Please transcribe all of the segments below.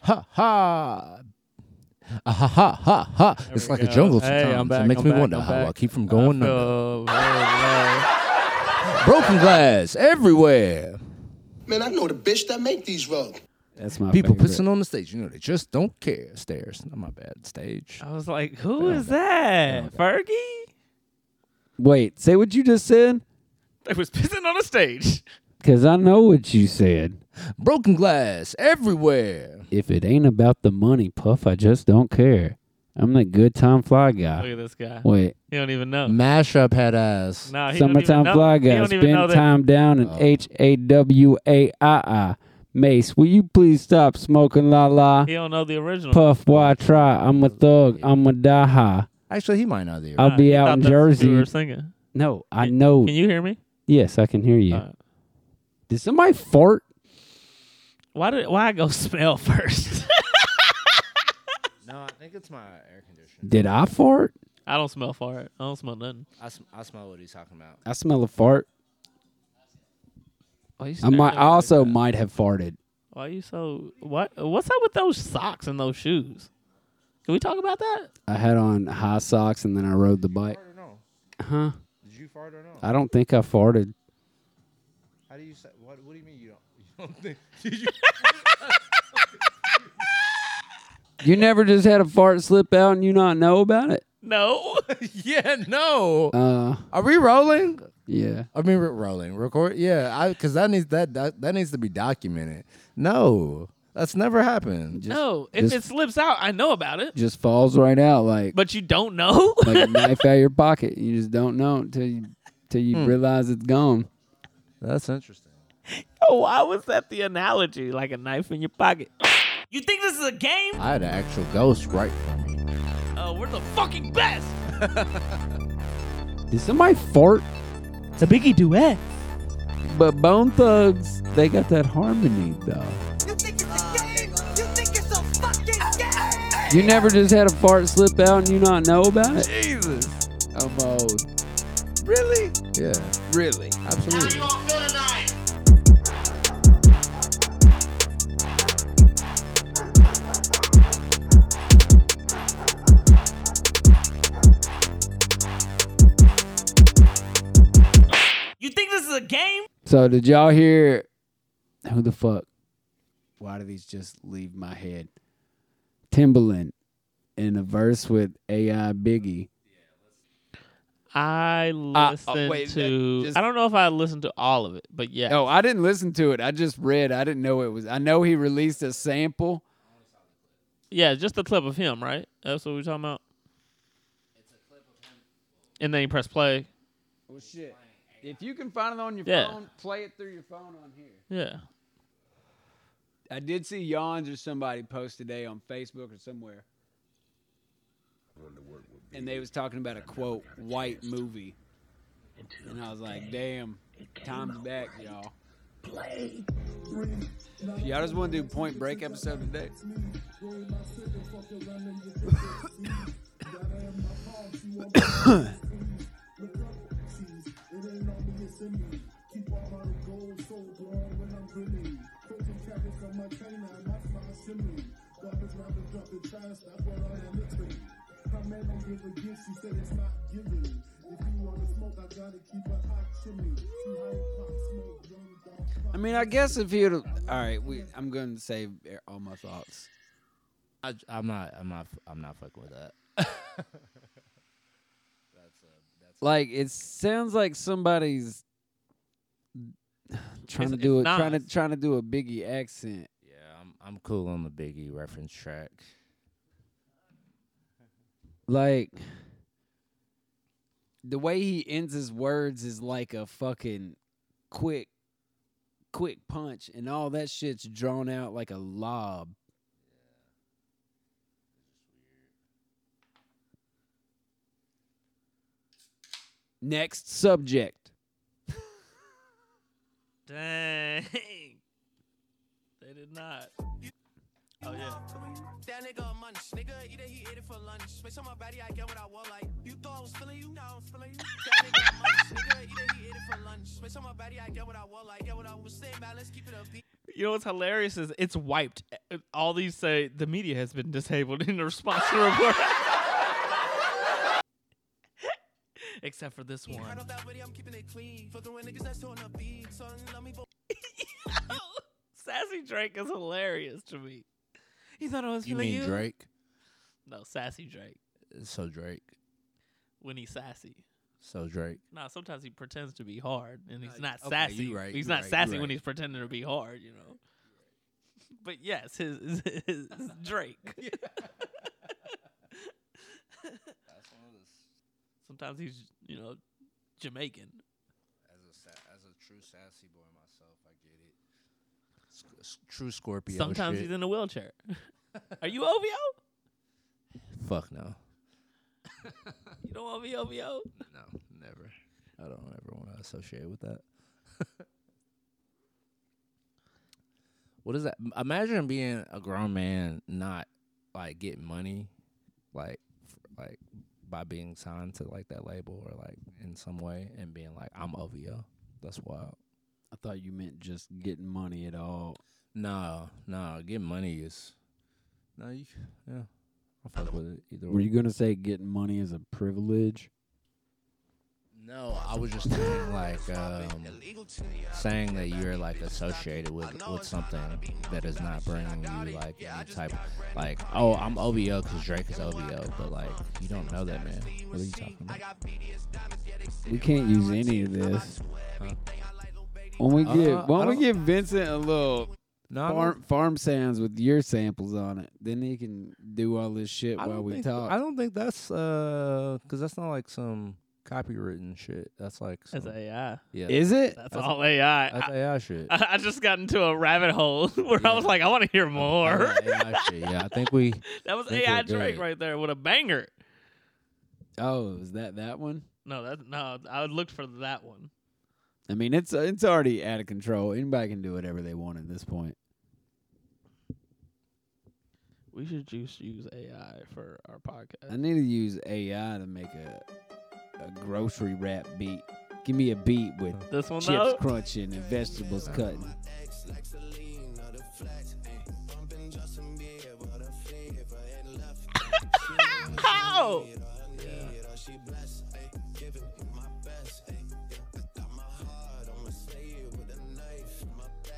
ha ha. Ah, ha ha ha ha! it's we like a go. jungle Hey, sometimes. it I'm back, makes I'm me back, wonder I'm how I back. keep from I going under. feel very low. Broken glass everywhere. Man, I know the bitch that make these rugs. That's my People favorite. pissing on the stage. You know they just don't care. Stairs. Not my bad. Stage. I was like, who is that? Fergie? Wait, say what you just said, They was pissing on the stage. because I know what you said. Broken glass everywhere. If it ain't about the money, Puff, I just don't care. I'm the good time fly Look guy. at this guy. Wait, He don't even know. Mashup had ass. Nah, he summertime don't even know. fly He guy. don't even know Spend that. time down in H A W A I I. Mace, will you please stop smoking la la? He don't know the original. Puff, why try? I'm a thug. I'm a die high. Actually, he might not either. I'll be I out thought in that's what You Jersey. were singing. No, I know. Can you Uh, hear me? Yes, I can hear you. Alright. Did somebody fart? Why did why I go smell first? no, I think it's my air conditioner. Did I fart? I don't smell fart. I don't smell nothing. I, I smell what he's talking about. I smell a fart. Why you I staring might at I me like also that? might have farted. Why you so what? What's up with those socks and those shoes? Can we talk about that? I had on high socks and then I rode the bike. Fart or no? Huh? Did you fart or no? I don't think I farted. How do you say? What, what do you mean you don't? You don't think? Did you? You never just had a fart slip out and you not know about it? No. yeah, no. Uh, Are we rolling? yeah. I mean, we're rolling. Record? Yeah, I because that needs that, that that needs to be documented. No, that's never happened. no. If just- it slips out, I know about it. Just falls right out like But you don't know. like a knife out of your pocket. You just don't know until you till you Hmm. realize it's gone. that's interesting. Why was that the analogy? Like a knife in your pocket. You think this is a game? I had an actual ghost right from me. Uh, we're the fucking best. Did somebody fart? It's a biggie duet. But Bone Thugs, they got that harmony though. You think it's a game? You think it's a fucking game? You never just had a fart slip out and you not know about it? Jesus, I'm old. really? Yeah, Really? absolutely. You think this is a game? So did y'all hear who the fuck? Why do these just leave my head? Timbaland in a verse with AI Biggie. I oh, listened wait, that to. just- I don't know if I listened to all of it, but yeah. Oh, I didn't listen to it. I just read. I didn't know it was. I know he released a sample. Yeah, just the clip of him, right? That's what we're talking about. And then you press play. Well, shit. If you can find it on your Yeah. phone, play it through your phone on here. Yeah. I did see Yawns or somebody post today on Facebook or somewhere. And they was talking about a quote white movie. And I was like, damn, time's back, y'all. If Y'all just want to do point break episode today? I mean, I guess if you'd all right, we I'm going to save all my thoughts. I, I'm not. I'm not. I'm not fucking with that. Like it sounds like somebody's trying It's- to do it, it's trying to Nas. trying to do a Biggie accent. Yeah, I'm. I'm cool on the Biggie reference track. like the way he ends his words is like a fucking quick quick punch and all that shit's drawn out like a lob next subject Dang. They did not. Oh yeah. That nigga a munch, nigga either he ate it for lunch. Switch on my body, I get what I want. Like you thought I was feeling you, now I'm feeling you. That nigga a munch, nigga either he ate it for lunch. Switch on my body, I get what I want. Like get what I was saying, man, let's keep it up. You know what's hilarious is it's wiped. All these say the media has been disabled in the response to the report. Except for this one. Right off that video, I'm keeping it clean. Fucking with niggas that's throwing up beats. Son, love me, but Sassy Drake is hilarious to me. You thought I was You feeling mean you? Drake? No, Sassy Drake. So Drake. When he's sassy. So Drake. Nah, sometimes he pretends to be hard and he's not okay, sassy. you right, he's you not right, you sassy when right. he's pretending to be hard, you know. But yes, his, his, his Drake. Sometimes he's, you know, Jamaican. As a sa- as a true sassy boy myself, I get it. Sc- s- true Scorpio. Sometimes shit. he's in a wheelchair. Are you OVO? Fuck no, You don't want to be OVO? no, never. I don't ever want to associate with that. what is that? M- Imagine being a grown man, not like getting money, like f- like by being signed to like that label or like in some way, and being like I'm OVO. That's wild. I thought you meant just getting money at all. No, no, get money is. No, you. Yeah, I fuck with it either Were way. you gonna say getting money is a privilege? No, I was just thinking like um, illegal to you. saying that you're like associated with with something that is not bringing you like any type like oh I'm OVO because Drake is OVO, but like you don't know that man. What are you talking about? We can't use any of this. When we get Uh, I when we don't- get Vincent a little No, I don't- farm farm sounds with your samples on it, then he can do all this shit I while don't we think- talk. I don't think that's uh because that's not like some copywritten shit. That's like some, That's AI. yeah, Is it? That's, all AI. that's I, AI shit. I, I just got into a rabbit hole where I was Yeah. like, I want to hear more. Oh, That's AI shit. Yeah, I think we. that was think AI we're good. Drake right there with a banger. Oh, is that that one? No, that no, I looked for that one. I mean, it's it's already out of control. Anybody can do whatever they want at this point. We should just use AI for our podcast. I need to use AI to make a a grocery rap beat. Give me a beat with this one chips though. crunching and vegetables cutting. How?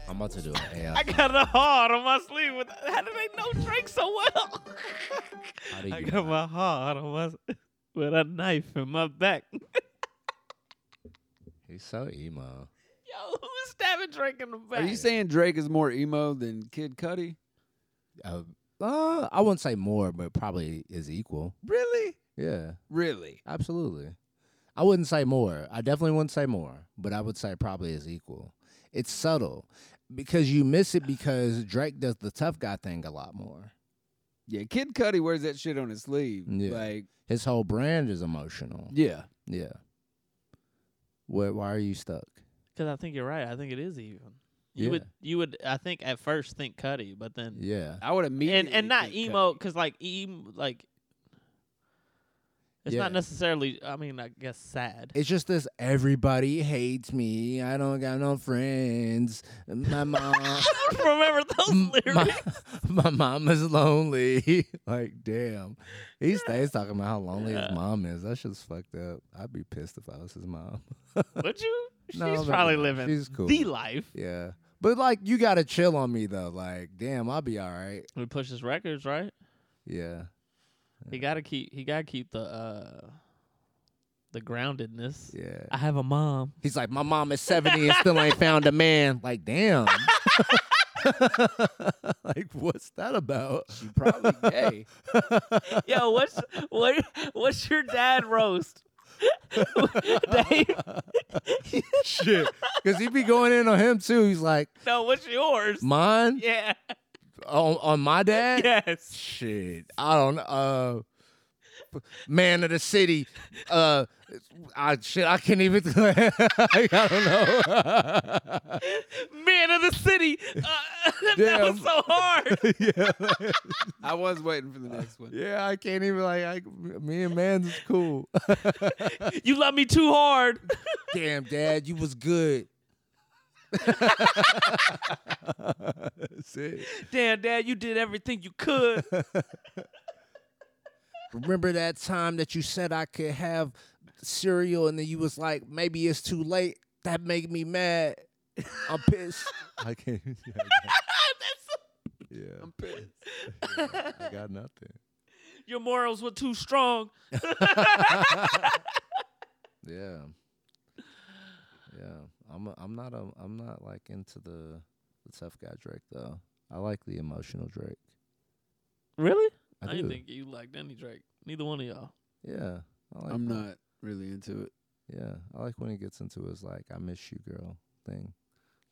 I'm about to do an AI. I got a heart on my sleeve. With how do they know Drake so well? How do I you not? got my heart on my s- with a knife in my back. He's so emo. Yo, who's stabbing Drake in the back? Are you saying Drake is more emo than Kid Cudi? Uh, uh, I wouldn't say more, but probably is equal. Really? Yeah, Really? absolutely. I wouldn't say more. I definitely wouldn't say more, but I would say probably is equal. It's subtle because you miss it because Drake does the tough guy thing a lot more. Yeah, Kid Cudi wears that shit on his sleeve. Yeah. Like, His whole brand is emotional. yeah. Yeah. Why, why are you stuck? Because I think you're right. I think it is even. You Yeah. would, you would, I think at first think Cuddy, but then Yeah. I would immediately and and not think emo Cudi. because like em like it's Yeah. not necessarily. I mean, I guess sad. It's just this everybody hates me. I don't got no friends. My mom. I don't remember M- those lyrics. my, my mom is lonely. like, damn. He stays talking about how lonely Yeah. his mom is. That shit's fucked up. I'd be pissed if I was his mom. Would you? She's No, I'm not probably gonna. living She's cool. the life. yeah. But like you gotta chill on me though. Like, damn, I'll be all right. We push his records, right? Yeah. He gotta keep. He gotta keep the uh the groundedness. Yeah. I have a mom. He's like, My mom is seventy and still ain't found a man. Like, damn. like, what's that about? She probably gay. Yo, what's what? What's your dad roast? Dave, Shit. Cause he be going in on him too. He's like, no, what's yours? Mine? Yeah. On, on my dad? Yes. Shit, I don't know. Uh, man of the city. Uh, I shit, I can't even. I don't know. Man of the city. Uh, that Damn. was so hard. yeah, I was waiting for the next one. yeah, I can't even like. I, me and man's is cool. You love me too hard. Damn, dad, you was good. That's it. Damn, Dad, you did everything you could. Remember that time that you said I could have cereal and then you was like, maybe it's too late. That made me mad. I'm pissed. I can't. Yeah, yeah. I'm pissed. I got nothing. Your morals were too strong. Yeah. Yeah. I'm a, I'm not a I'm not like into the the tough guy Drake though. I like the emotional Drake. Really? I I, didn't do. think you liked any Drake. Neither one of y'all. Yeah. I like uh, I'm that. not really into it. Yeah. I like when he gets into his like I miss you girl thing.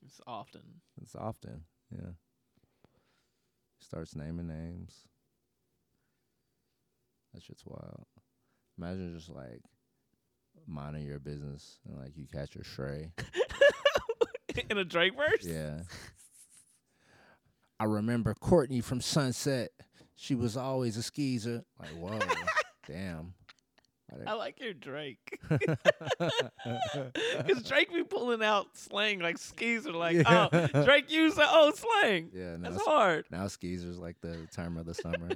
It's often. It's often. Yeah. Starts naming names. That shit's wild. Imagine just like minding your business and like you catch a stray. In a Drake verse? Yeah. I remember Courtney from Sunset. She was always a skeezer. Like, whoa, damn. I like your Drake. Because Drake be pulling out slang like skis are like, Yeah. oh, Drake used the old slang. Yeah, now, That's s- hard. now skeezer's like the term of the summer.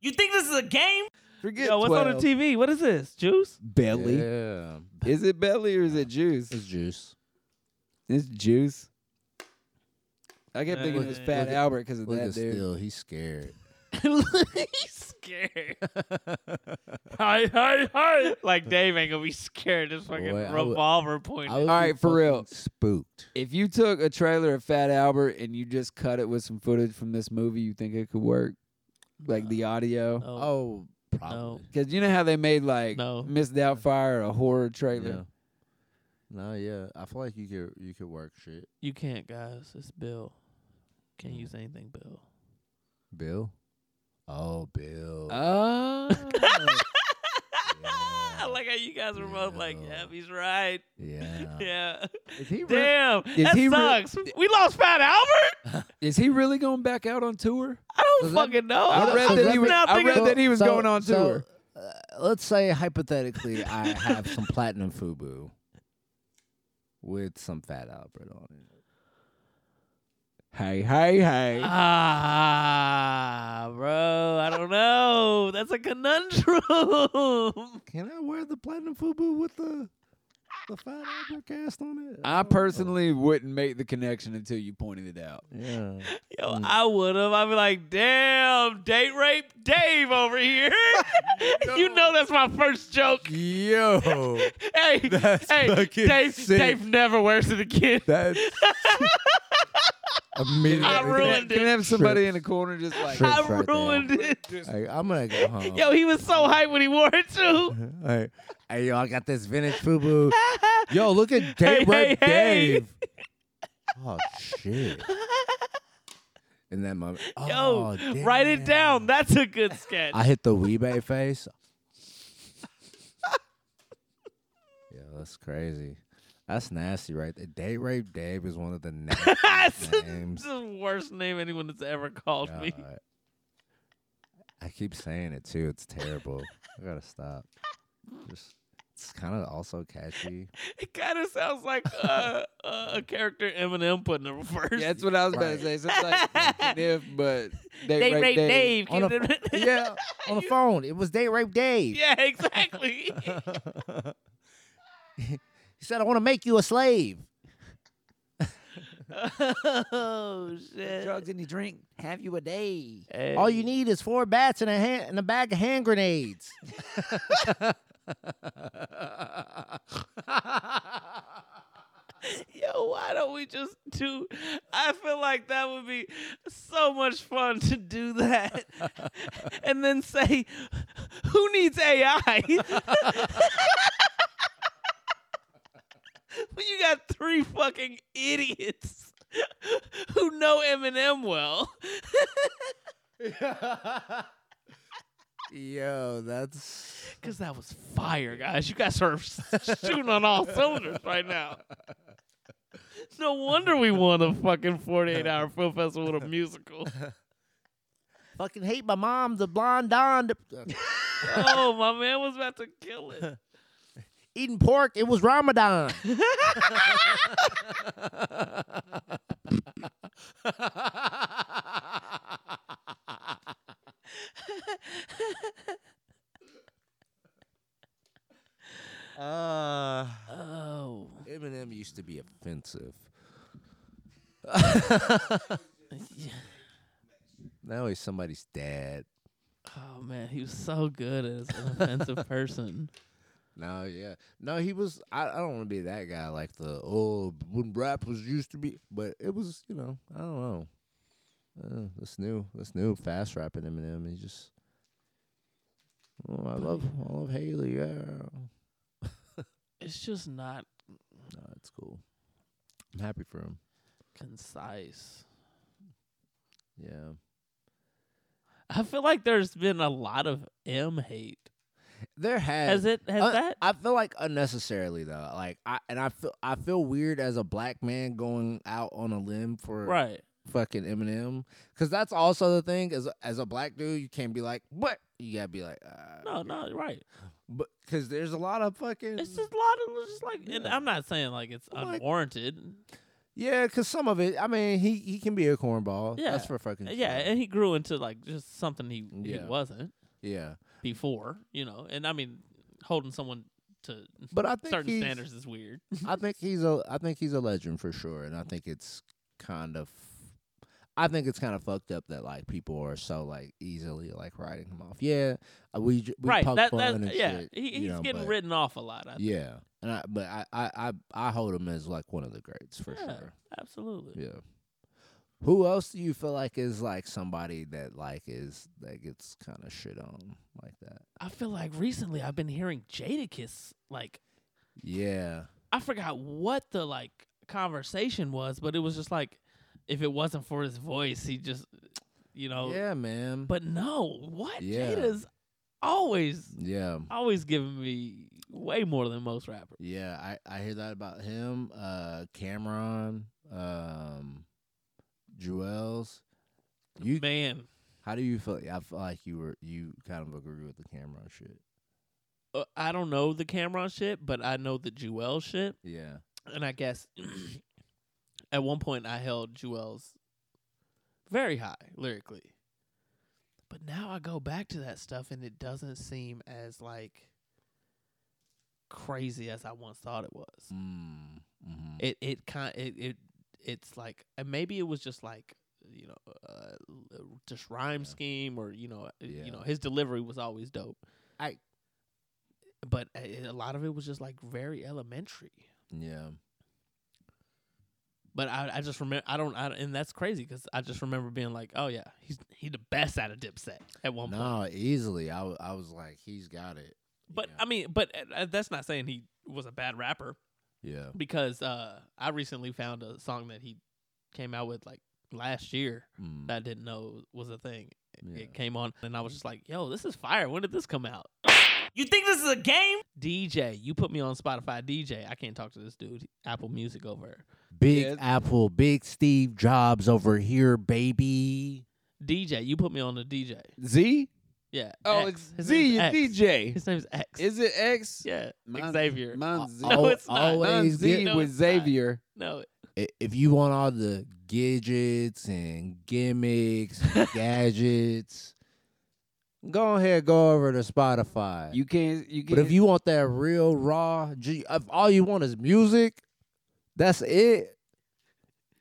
You think this is a game? Forget Yo, what's on the TV? What is this? Juice? Belly. Yeah. Is it belly or is it juice? It's juice. It's juice. I kept thinking it Look was at- Fat look at- Albert because of Look that at dude. Still, he's scared. He's scared. hi, hi, hi. Like Dave ain't gonna be scared. This fucking Boy, I would- revolver point. I would be Alright, for real. fucking Spooked. If you took a trailer of Fat Albert and you just cut it with some footage from this movie, you think it could work? Like the audio? Oh, no. probably. Because you know how they made like No. Miss Doubtfire a horror trailer? Yeah. No, yeah. I feel like you could you could work shit. You can't, guys. It's Bill. Can't use anything, Bill. Bill. Oh, Bill. Oh. Yeah. I like how you guys were both like, Yeah. yeah, he's right. yeah. Yeah. Is he real? Damn. Is that he real- sucks. we lost Fat Albert? Is he really going back out on tour? I don't Does that- fucking know. I Well, read so that that- he was, Now I think read about- that he was going on so, tour. Uh, let's say hypothetically, I have some platinum FUBU with some Fat Albert on it. Hey, hey, hey. Ah, bro. I don't know. That's a conundrum. Can I wear the platinum FUBU with the the Fat Albert cast on it? Oh, I personally wouldn't make the connection until you pointed it out. yeah. Yo, Hmm. I would have. I'd be like, damn, date rape Dave over here. you know that's my first joke. Yo, Hey, That's hey, fucking Dave, sick. Dave never wears it again. that's immediately. I ruined Can I it. have somebody in the corner just like Trips I right there. ruined it. Like, I'm gonna go home. Yo, he was so hyped when he wore it too. Like, hey, yo, I got this vintage FUBU. Yo, look at Dave Hey, Rape hey, hey. Dave. Oh shit. In that moment. Yo, oh, write it damn. down. That's a good sketch. I hit the Weebay face. Yo, that's crazy. That's nasty, right? there. Date rape Dave is one of the That's nastiest it's names. the worst name anyone has ever called me. God. I keep saying it too. It's terrible. I gotta stop. Just, it's kind of also catchy. It kind of sounds like uh, uh, a character Eminem put in a verse. Yeah, that's what I was about to say. So it's like if, but they, Date rape rape Dave. Dave. On a- yeah, on the phone. It was date rape Dave. Yeah, exactly. He said, "I want to make you a slave." oh shit! and you drink. Have you a day? All you need is four bats and a hand and a bag of hand grenades. Yo, why don't we just do? I feel like that would be so much fun to do that, and then say, "Who needs AI?" when you got three fucking idiots who know Eminem well. Yo, that's Cause that was fire, guys. You guys are shooting on all cylinders right now. No wonder we won a fucking forty-eight hour film festival with a musical. fucking hate my mom, the blonde Don. Oh, my man was about to kill it. eating pork. It was Ramadan. Uh, oh. Eminem used to be offensive. now he's somebody's dad. Oh man, he was so good as an offensive person. No, yeah, no, he was. I, I don't want to be that guy like the oh when rap was used to be, but it was you know I don't know. Uh, this new, this new fast rapping Eminem, he just. Oh, I love, I love Haley. Yeah, no, It's just not it's cool. I'm happy for him. concise. Yeah, I feel like there's been a lot of M hate. there Has it has Un- that? I feel like unnecessarily though. Like I and I feel I feel weird as a black man going out on a limb for right. fucking Eminem cuz that's also the thing as as a black dude you can't be like what you got to be like uh, No, no, right. but cuz there's a lot of fucking It's just a lot of it's just like and Yeah. I'm not saying like it's Like- unwarranted. Yeah, cuz some of it I mean he he can be a cornball. Yeah. That's for fucking Yeah, sure. and he grew into like just something he, he Yeah. wasn't Yeah. before, you know. And I mean holding someone to But I think certain he's- standards is weird. I think he's a I think he's a legend for sure, and I think it's kind of I think it's kind of fucked up that like people are so like easily like writing him off. Yeah, uh, we j- we right. poke That, fun that and yeah. shit, he, you he's know, getting but- written off a lot, I think. Yeah, and I but I I I, I hold him as like one of the greats for Yeah, sure. Absolutely. Yeah. Who else do you feel like is like somebody that like is that gets kind of shit on like that? I feel like recently I've been hearing Jadakiss like Yeah. I forgot what the like conversation was, but it was just like if it wasn't for his voice, he just you know. yeah, man. Oh, But no, what Yeah. Jada's always yeah. always giving me way more than most rappers. Yeah, I, I hear that about him. Uh, Cameron, um, Jewels. You, Man, how do you feel? I feel like you were you kind of agree with the Cameron shit. uh, I don't know the Cameron shit, but I know the Jewel shit, Yeah, and I guess at one point I held Jewel's very high lyrically. But now I go back to that stuff and it doesn't seem as like crazy as I once thought it was. mm, mhm. it it kind it, it it's like and maybe it was just like you know uh, l- just rhyme Yeah. scheme or you know uh, Yeah. you know his delivery was always dope I- but uh, a, a lot of it was just like very elementary yeah, but I, I just remember I don't I, and that's crazy because I just remember being like oh yeah he's he the best out of Dipset at one point no, easily. I, w- I was like, he's got it. but yeah. I mean but uh, uh, that's not saying he was a bad rapper yeah, because uh I recently found a song that he came out with like last year mm, that I didn't know was a thing. yeah. It came on, and I was just like, "Yo, this is fire! When did this come out?" You think this is a game? DJ, you put me on Spotify. DJ, I can't talk to this dude. Apple Music over Big Yeah. Apple, Big Steve Jobs over here, baby. DJ. You put me on the DJ. Z? Yeah. Oh, X. it's His Z, name's you X. DJ. His name's X. Is it X? yeah, Mine- Xavier. Oh, Mine's Z. No, it's not. mine's Always Z get- No, with it's not. Xavier. no, i- if you want all the gadgets and gimmicks, and gadgets, go ahead, go over to Spotify. You can't. You can't. but if you want that real raw, G- if all you want is music, that's it.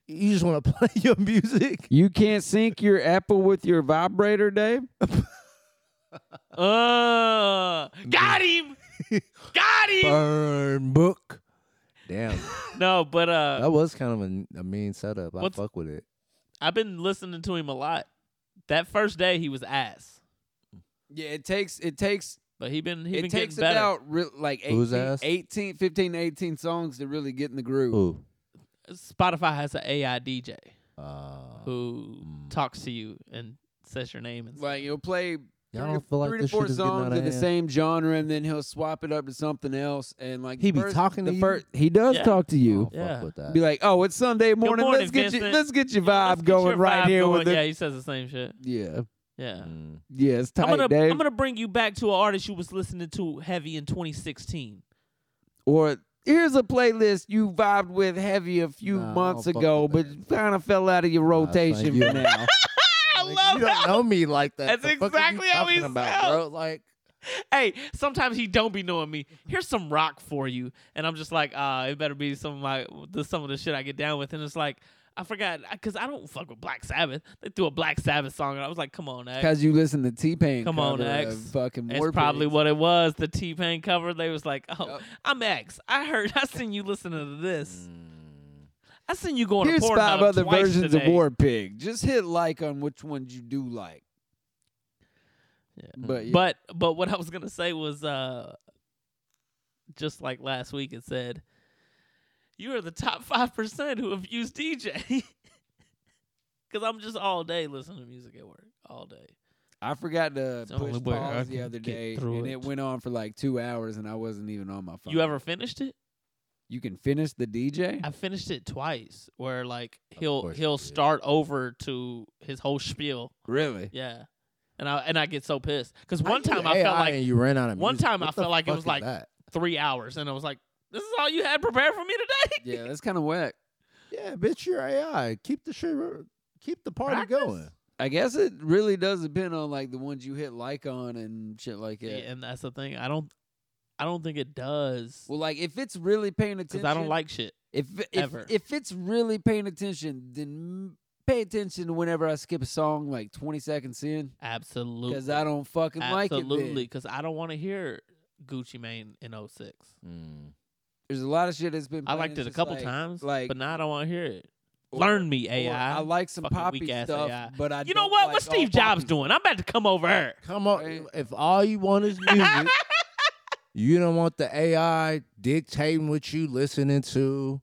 You just want to play your music. you can't sync your Apple with your vibrator, Dave. uh, got him, got him. Burn book. Damn, No, but uh, that was kind of a, a mean setup. I What's- fuck with it. I've been listening to him a lot. That first day, he was ass, Yeah, it takes. It takes. but he been he it been takes getting better. about re- like 18, Who's ass? 18, 15, 18 songs to really get in the groove. Ooh. Spotify has an AI DJ Uh, who Mm. talks to you and says your name and stuff. Like you'll play y'all three to- don't feel like three this to four shit is getting out songs of the hand? same genre, and then he'll swap it up to something else. And like He the be first- talking to the you? first, he does Yeah. talk to I you. don't Yeah. fuck with that. Be like, oh, it's Sunday morning. morning, let's get you, Vincent." let's get your Yeah, vibe let's get your going right vibe here going. with it. Yeah, he says the same shit. Yeah, Yeah. Mm. yeah, it's tight, I'm gonna Dave. I'm gonna bring you back to an artist you was listening to heavy in 2016. Or here's a playlist you vibed with heavy a few Nah, I months don't fuck ago, but with kind of fell out of your Nah, thank rotation you. for now. I Nigga, love you don't how- know me like that. That's The fuck are you exactly how he talking about, sounds. bro. Like Hey, sometimes he don't be knowing me. Here's some rock for you, and I'm just like, ah, it better be some of my the, some of the shit I get down with, and it's like. I forgot because I don't fuck with Black Sabbath. They threw a Black Sabbath song, and I was like, "Come on, X." Because you listen to T Pain. Come on, X. Fucking It's War probably Pigs. what it was. The T Pain cover. They was like, "Oh, Yup. Mm. I'm X. I heard. I seen you listening to this. I seen you going Here's to Pornhub five other twice versions today. of War Pig. Just hit like on which ones you do like. But, yeah. But but what I was gonna say was uh just like last week it said you are the top five percent who have used DJ. Cause I'm just all day listening to music at work. All day. I forgot to It's push only where I pause the can other get day, through and it. it. went on for like two hours, and I wasn't even on my phone. You ever finished it? You can finish the DJ. I finished it twice where like Of he'll course he'll you did. start over to his whole spiel. really? Yeah. And I and I get so pissed. Cause one How you time I felt AI like and you ran out of one music? time What I the felt like it fuck was is like- that? three hours and I was like, This is all you had prepared for me today? Yeah, that's kind of whack. yeah, bitch, you're AI. Keep the shit, keep the party Practice? going. I guess it really does depend on like the ones you hit like on and shit like that. Yeah. and that's the thing. I don't, I don't think it does Well, like if it's really paying because attention, I don't like shit. if if, ever. if it's really paying attention, then pay attention whenever I skip a song like twenty seconds in Absolutely, because I don't fucking like it. absolutely then. because I don't want to hear Gucci Mane in 06. Mm. There's a lot of shit that's been. I playing, liked it's it a just couple like- times, like- but now I don't want to hear it. or- Learn me, or AI. I like some Fucking poppy weak-ass stuff, AI. but I you know don't what? Like what all Steve Jobs poppy- doing? I'm about to come over her. Come on, Right. if all you want is music, you don't want the AI dictating what you listening to,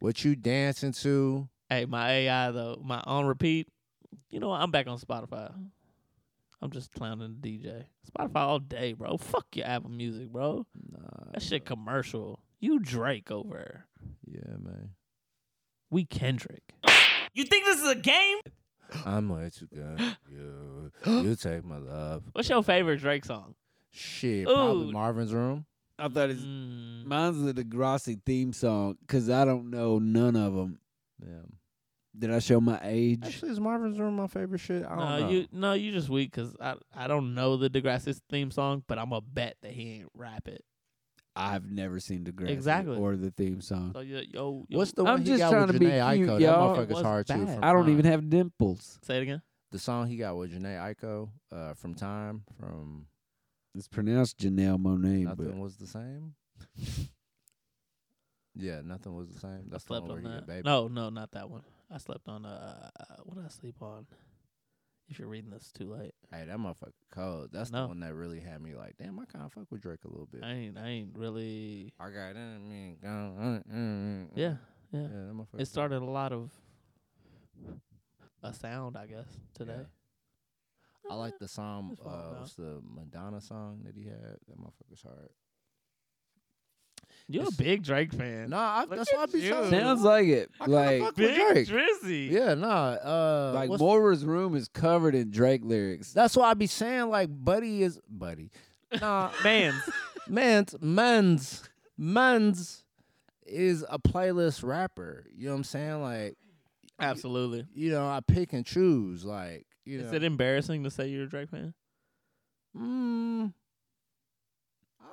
what you dancing to. Hey, my AI though, my on repeat. You know what? I'm back on Spotify. I'm just clowning the DJ. Spotify all day, bro. Fuck your Apple Music, bro. That shit commercial. You Drake over her. Yeah, man. We Kendrick. You think this is a game? I'm way too good. for You, you take my love. What's your favorite Drake song? Shit, probably Ooh. Marvin's room. I thought it's Mm, mine's the Degrassi theme song because I don't know none of them. Yeah. Did I show my age? Actually, is Marvin's room my favorite shit? I don't no, know. you no, you just weak because I I don't know the Degrassi theme song, but I'm a bet that he ain't rap it. I've never seen Degrassi Exactly. or the theme song. So yo, yo, yo What's the I'm one he just got trying with to be Janae cute, Aiko? y'all. That It motherfucker's was hard too. bad. From I don't Time. even have dimples. say it again? the song he got with Janae Aiko uh, from Time from It's pronounced Janelle Monet, Nothing but was the same. yeah, nothing was the same. That's I the slept one where on he get baby. that. No, no, not that one. I slept on uh, what did I sleep on? If you're reading this too late, Hey, that motherfucker cold. That's the No. one that really had me like, damn, I kind of fuck with Drake a little bit. I ain't I ain't really. I got it. I mean, go on, mm, mm, mm. Yeah, yeah, yeah. that motherfucker. It started a lot of a sound, I guess, today. I like the song. That's what I'm Uh, about. what's the Madonna song that he had? That motherfucker's hard. You're a It's- big Drake fan. Nah, I, Look that's what I at be you. telling. sounds like it. I kinda Like fuck with big Drake. Drizzy. Yeah, nah. Uh, like what's- Moira's room is covered in Drake lyrics. That's why I be saying like Buddy is Buddy. Nah, Man's man's man's man's is a playlist rapper. You know what I'm saying? Like, absolutely. you know, I pick and choose. Like, you know, Is it embarrassing to say you're a Drake fan? mm,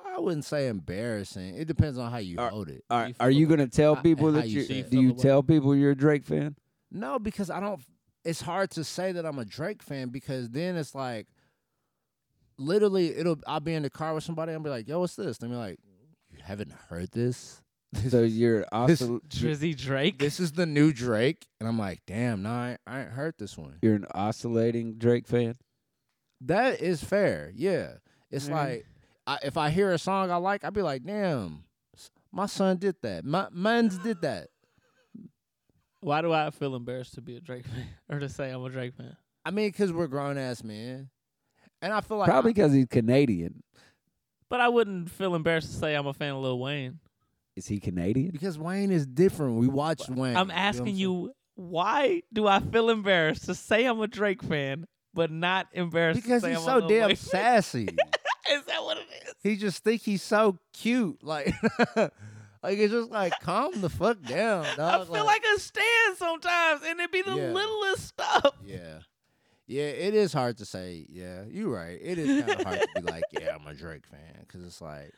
I wouldn't say embarrassing. It depends on how you Are- hold it. All right, feel are you the way- gonna tell I- people how that you you say are it. do Feel you the way- tell people you're a Drake fan? No, because I don't. It's hard to say that I'm a Drake fan because then it's like, literally, it'll. I'll be in the car with somebody. and be like, "Yo, what's this?" They'll be like, "You haven't heard this." So you're obsolete. Drizzy Drake. This is the new Drake, and I'm like, damn, no, I, I ain't heard this one. You're an oscillating Drake fan. That is fair. Yeah. It's Mm-hmm. Yeah. like I, if I hear a song I like, I'd be like, damn, s- my son did that. My man's did that. Why do I feel embarrassed to be a Drake fan or to say I'm a Drake fan? I mean, because we're grown ass men. And I feel like Probably because he's Canadian. But I wouldn't feel embarrassed to say I'm a fan of Lil Wayne. Is he Canadian? because Wayne is different. We watched Wayne. I'm know what asking saying? you, why do I feel embarrassed to say I'm a Drake fan, but not embarrassed Because to say he's I'm a so Lil damn Wayne fan? sassy. Is that what it is? he just think he's so cute. Like Like it's just like calm the fuck down, I dog. feel like, a stand sometimes, and it be the Yeah. littlest stuff. yeah, yeah. It is hard to say. Yeah, you're right. It is kind of hard to be like, yeah, I'm a Drake fan, because it's like,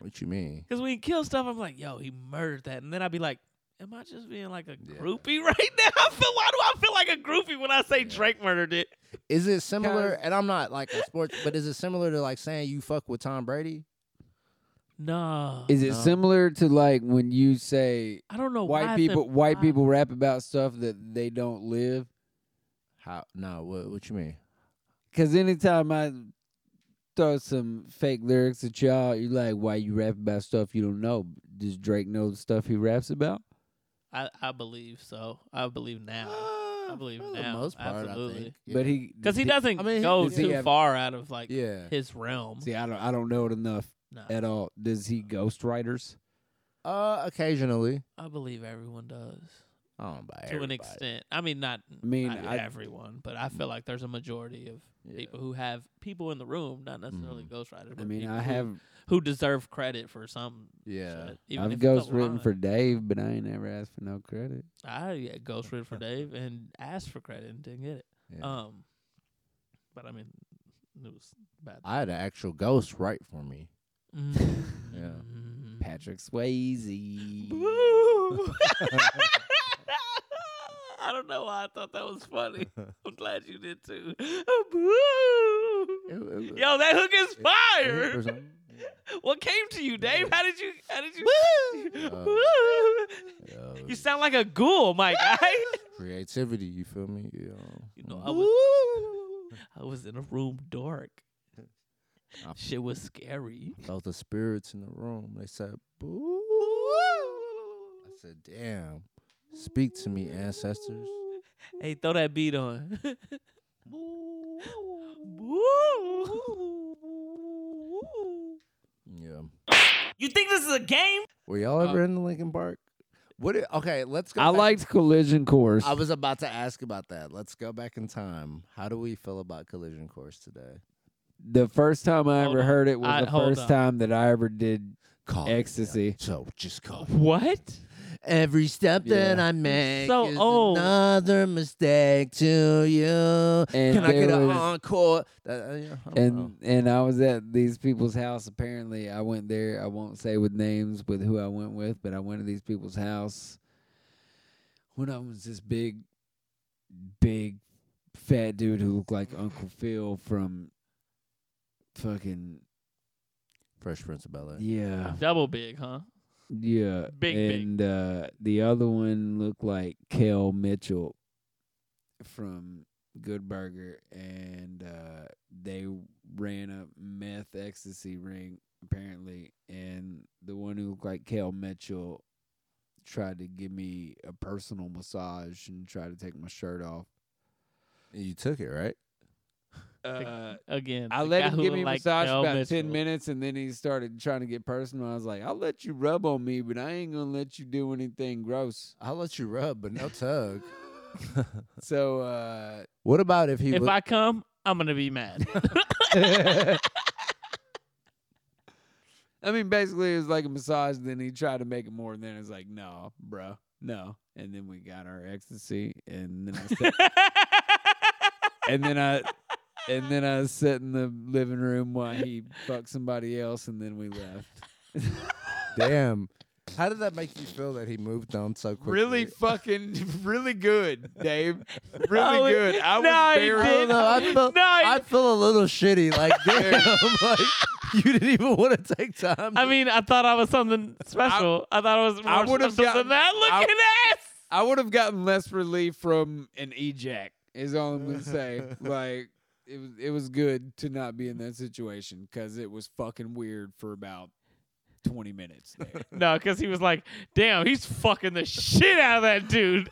what you mean? Because when he kills stuff, I'm like, yo, he murdered that. And then I'd be like, am I just being like a Yeah. groupie right now? I feel, why do I feel like a groupie when I say Yeah. Drake murdered it? Is it similar? Guys. And I'm not like a sports, but is it similar to like saying you fuck with Tom Brady? No. Is it No. similar to like when you say I Oh, don't know why white I people said- white why- people rap about stuff that they don't live? How? No. What? What you mean? Because anytime I throw some fake lyrics at y'all, you're like, why you rap about stuff you don't know? Does Drake know the stuff he raps about? I, I believe so. I believe now. Uh, believe for the now, most part, I absolutely. think. But yeah. he Because he doesn't I mean, go does he too have- far out of like yeah. his realm. See, I don't I don't know it enough No. at all. Does he ghost writers? Uh, occasionally. I believe everyone does I don't buy to an extent. I mean, not, I mean, not I- everyone, but I feel like there's a majority of people who have people in the room, not necessarily Mhm. ghostwriters. Mm. I but mean, people I who- have who deserve credit for some. Yeah. shit, even I've if it's ghost a written line. for Dave, but I ain't never asked for no credit. I yeah, ghost written for Dave and asked for credit and didn't get it. Yeah. Um, but I mean, it was bad. Mm-hmm. I had an actual ghost write for me. Mm. Patrick Swayze. Woo! I don't know why I thought that was funny. I'm glad you did too. Boo! Yo, that hook is fire. What came to you, Dave? How did you? How did you? Uh, Woo! You sound like a ghoul, Mike. I, creativity, you feel me? You know, you know, mm. I was, I was in a room dark. I- Shit was scary. felt the spirits in the room. They said, "Boo." I said, "Damn, speak to me, ancestors." Hey, throw that beat on. Yeah. you think this is a game? Were y'all ever in the Lincoln Park? What? i- okay, let's go. I back- liked Collision Course. I was about to ask about that. Let's go back in time. How do we feel about collision course today? the first time I Hold ever on. heard it was I- the hold first on. time that I ever did Call it, yeah. ecstasy. So just call. it. What? Every step that Yeah. I make So is old. another mistake to you. And Can I there get an was- encore? That- uh, yeah, I don't know. And and I was at these people's house. Apparently, I went there. I won't say with names with who I went with, but I went to these people's house. One of them was this big, big, fat dude who looked like Uncle Phil from fucking Fresh Prince of Bel Air. yeah, Double big, huh? Yeah. Big, big. and uh the other one looked like Kel Mitchell from Good Burger and uh they ran a meth ecstasy ring apparently and the one who looked like Kel Mitchell tried to give me a personal massage and tried to take my shirt off. You took it, right? Uh Again, I the let guy him who give me a looked like massage Mel about Mitchell. ten minutes, and then he started trying to get personal. I was like, "I'll let you rub on me, but I ain't gonna let you do anything gross." I'll let you rub, but no tug. So, uh, what about if he? If wa- I come, I'm gonna be mad. I mean, basically, it was like a massage. Then he tried to make it more, and then it's like, "No, bro, no." And then we got our ecstasy, and then I sat, and then I and then I sat in the living room while he fucked somebody else, and then we left. Damn. How did that make you feel that he moved on so quickly? Really fucking, really good, Dave. Really No, he- good. I was no, he very. I don't know. I feel, No, I- I feel a little shitty. Like, damn, like you didn't even want to take time. I to- mean, I thought I was something special. I, thought I was more I would've special than gotten- that. Look I- at that. I would have gotten less relief from an ejac. Is all I'm gonna say. like it was, it was good to not be in that situation because it was fucking weird for about twenty minutes. There. No, because he was like, "Damn, he's fucking the shit out of that dude.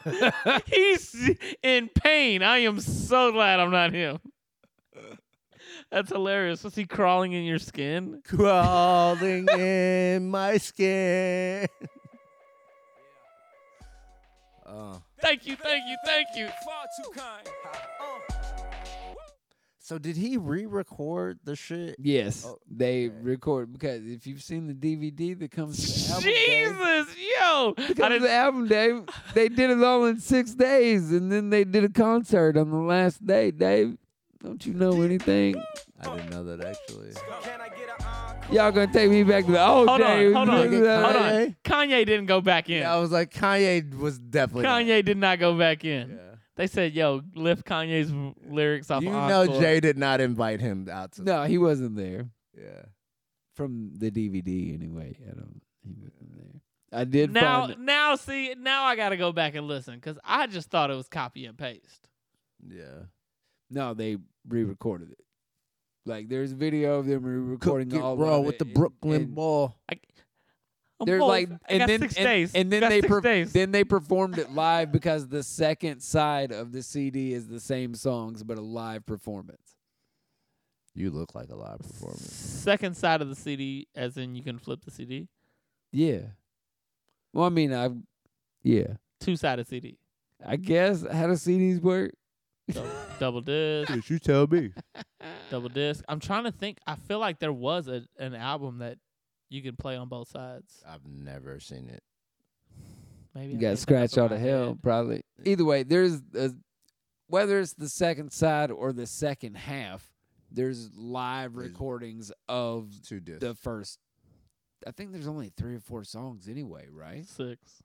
he's in pain. I am so glad I'm not him." That's hilarious. Was he crawling in your skin? crawling in my skin. Oh. Uh, Thank you, thank you, thank you. So did he re-record the shit? Yes, Oh, they okay. record because if you've seen the DVD that comes to the album, Dave, Jesus, yo! I that comes to didn't- the album, Dave, they did it all in six days, and then they did a concert on the last day. Dave, don't you know anything? I didn't know that actually. Y'all gonna take me back to the old Hold on, days? hold on, Nigga, hold on. Kanye? Kanye didn't go back in. Yeah, I was like, Kanye was definitely not- Kanye did not go back in. Yeah. They said, "Yo, lift Kanye's r- lyrics off." You of know, Encore. Jay did not invite him out to. No, he wasn't there Yeah. from the DVD anyway. I don't. He wasn't there. I did Now, find. now, see, now I gotta go back and listen because I just thought it was copy and paste. Yeah. No, they re-recorded it. Like there's video of them re-recording Cook it all of raw it, with the and- Brooklyn and- ball. I'm They're old. like, I and got then six and, days. and then Got they six per- days. then they performed it live because the second side of the CD is the same songs but a live performance. You look like a live performance. second side of the CD, as in you can flip the CD, Yeah. Well, I mean, I, yeah, two sided CD, I guess how do CDs work? double, double disc, you tell me. double disc. I'm trying to think. I feel like there was a, an album that you could play on both sides. I've never seen it. Maybe You I made got to that up scratch in all my the hell, head. probably. Either way, there's a, whether it's the second side or the second half, there's live There's- recordings of It's too disc. the first. I think there's only three or four songs anyway, right? Six.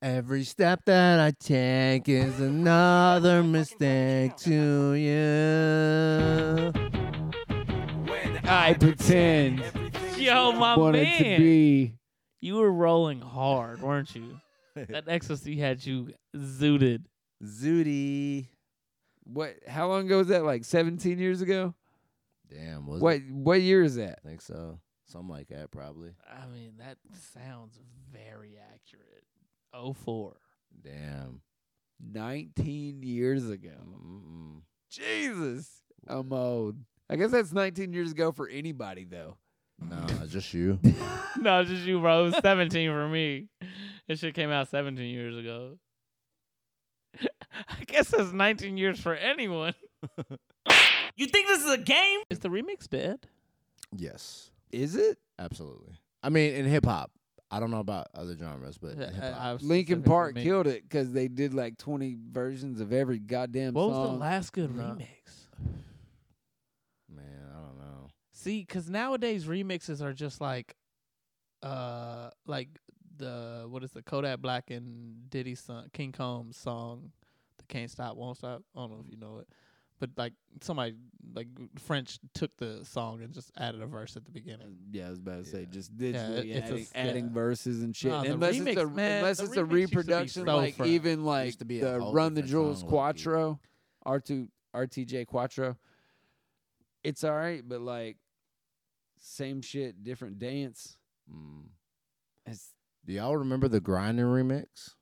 Every step that I take is another mistake to you. I pretend Yo, my wanted man, to be. you were rolling hard, weren't you? That ecstasy had you zooted. Zooty. What? How long ago was that? Like 17 years ago? Damn, was What? it? What year is that? I think so. Something like that, probably. I mean, that sounds very accurate. Oh four. Damn. 19 years ago. Mm-mm. Jesus, I'm old. I guess that's 19 years ago for anybody though. No, it's just Uh, you. No, it's just you, bro. It was 17 for me. This shit came out 17 years ago. I guess that's 19 years for anyone. you think this is a game? It's the remix bed. yes, Is it? absolutely. I mean, in hip hop, I don't know about other genres, but in Yeah, hip I- I hop. was Lincoln specific for Park me. killed it because they did like 20 versions of every goddamn What song. was the last good No. remix? Man, I don't know. See, because nowadays remixes are just like, uh, like the what is the Kodak Black and Diddy song, King Combs song, the Can't Stop Won't Stop. I don't know if you know it, but like somebody like French took the song and just added a verse at the beginning. Yeah, I was about to say Yeah. just Yeah, digitally it's a- adding, yeah. adding verses and shit. Nah, the unless it's remix, a man, unless the it's remix used a to be reproduction, so like fresh. even like used to be a the whole Run the different Jewels song, low-key. Quattro, R two RTJ Quattro. It's all right, but like same shit, different dance. Mm. It's Do y'all remember the Grinding remix?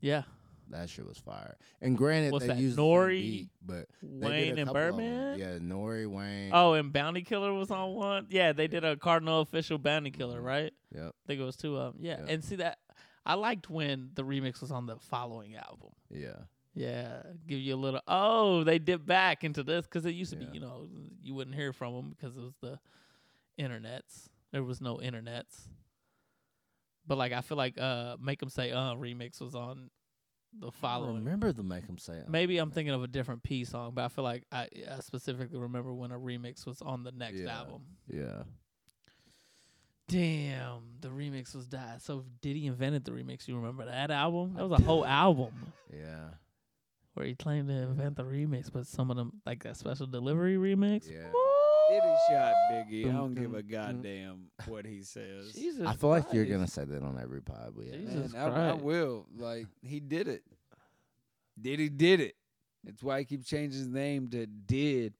Yeah, That shit was fire. And granted, What's they that, used the same Nori, beat, but they did a Wayne and couple of 'em. Birdman. Yeah, Nori Wayne. Oh, and Bounty Killer was on one. Yeah, they did a Cardinal official Bounty Killer, Mhm. right? Yep. I think it was two of them. Yeah, Yeah. and see that I liked when the remix was on the following album. Yeah. Yeah, give you a little. Oh, they dip back into this because it used to Yeah. be, you know, you wouldn't hear from them because it was the internets. There was no internets. But like, I feel like uh, make 'em say uh remix was on the I following. remember the make them say. Maybe I'm thinking of a different P song, but I feel like I, I specifically remember when a remix was on the next Yeah. album. Yeah. Damn, the remix was died. So if Diddy invented the remix. You remember that album? That was a whole album. Yeah. where he claimed to invent the remix, but some of them, like that special delivery remix. Yeah. Diddy shot Biggie. I Dum, don't give dum, a dum. goddamn what he says. Jesus I feel like you're Christ. gonna say that on every pod we have. Jesus Man, I, I Christ. will. Like he did it. Diddy did it. That's why he keep changing his name to Did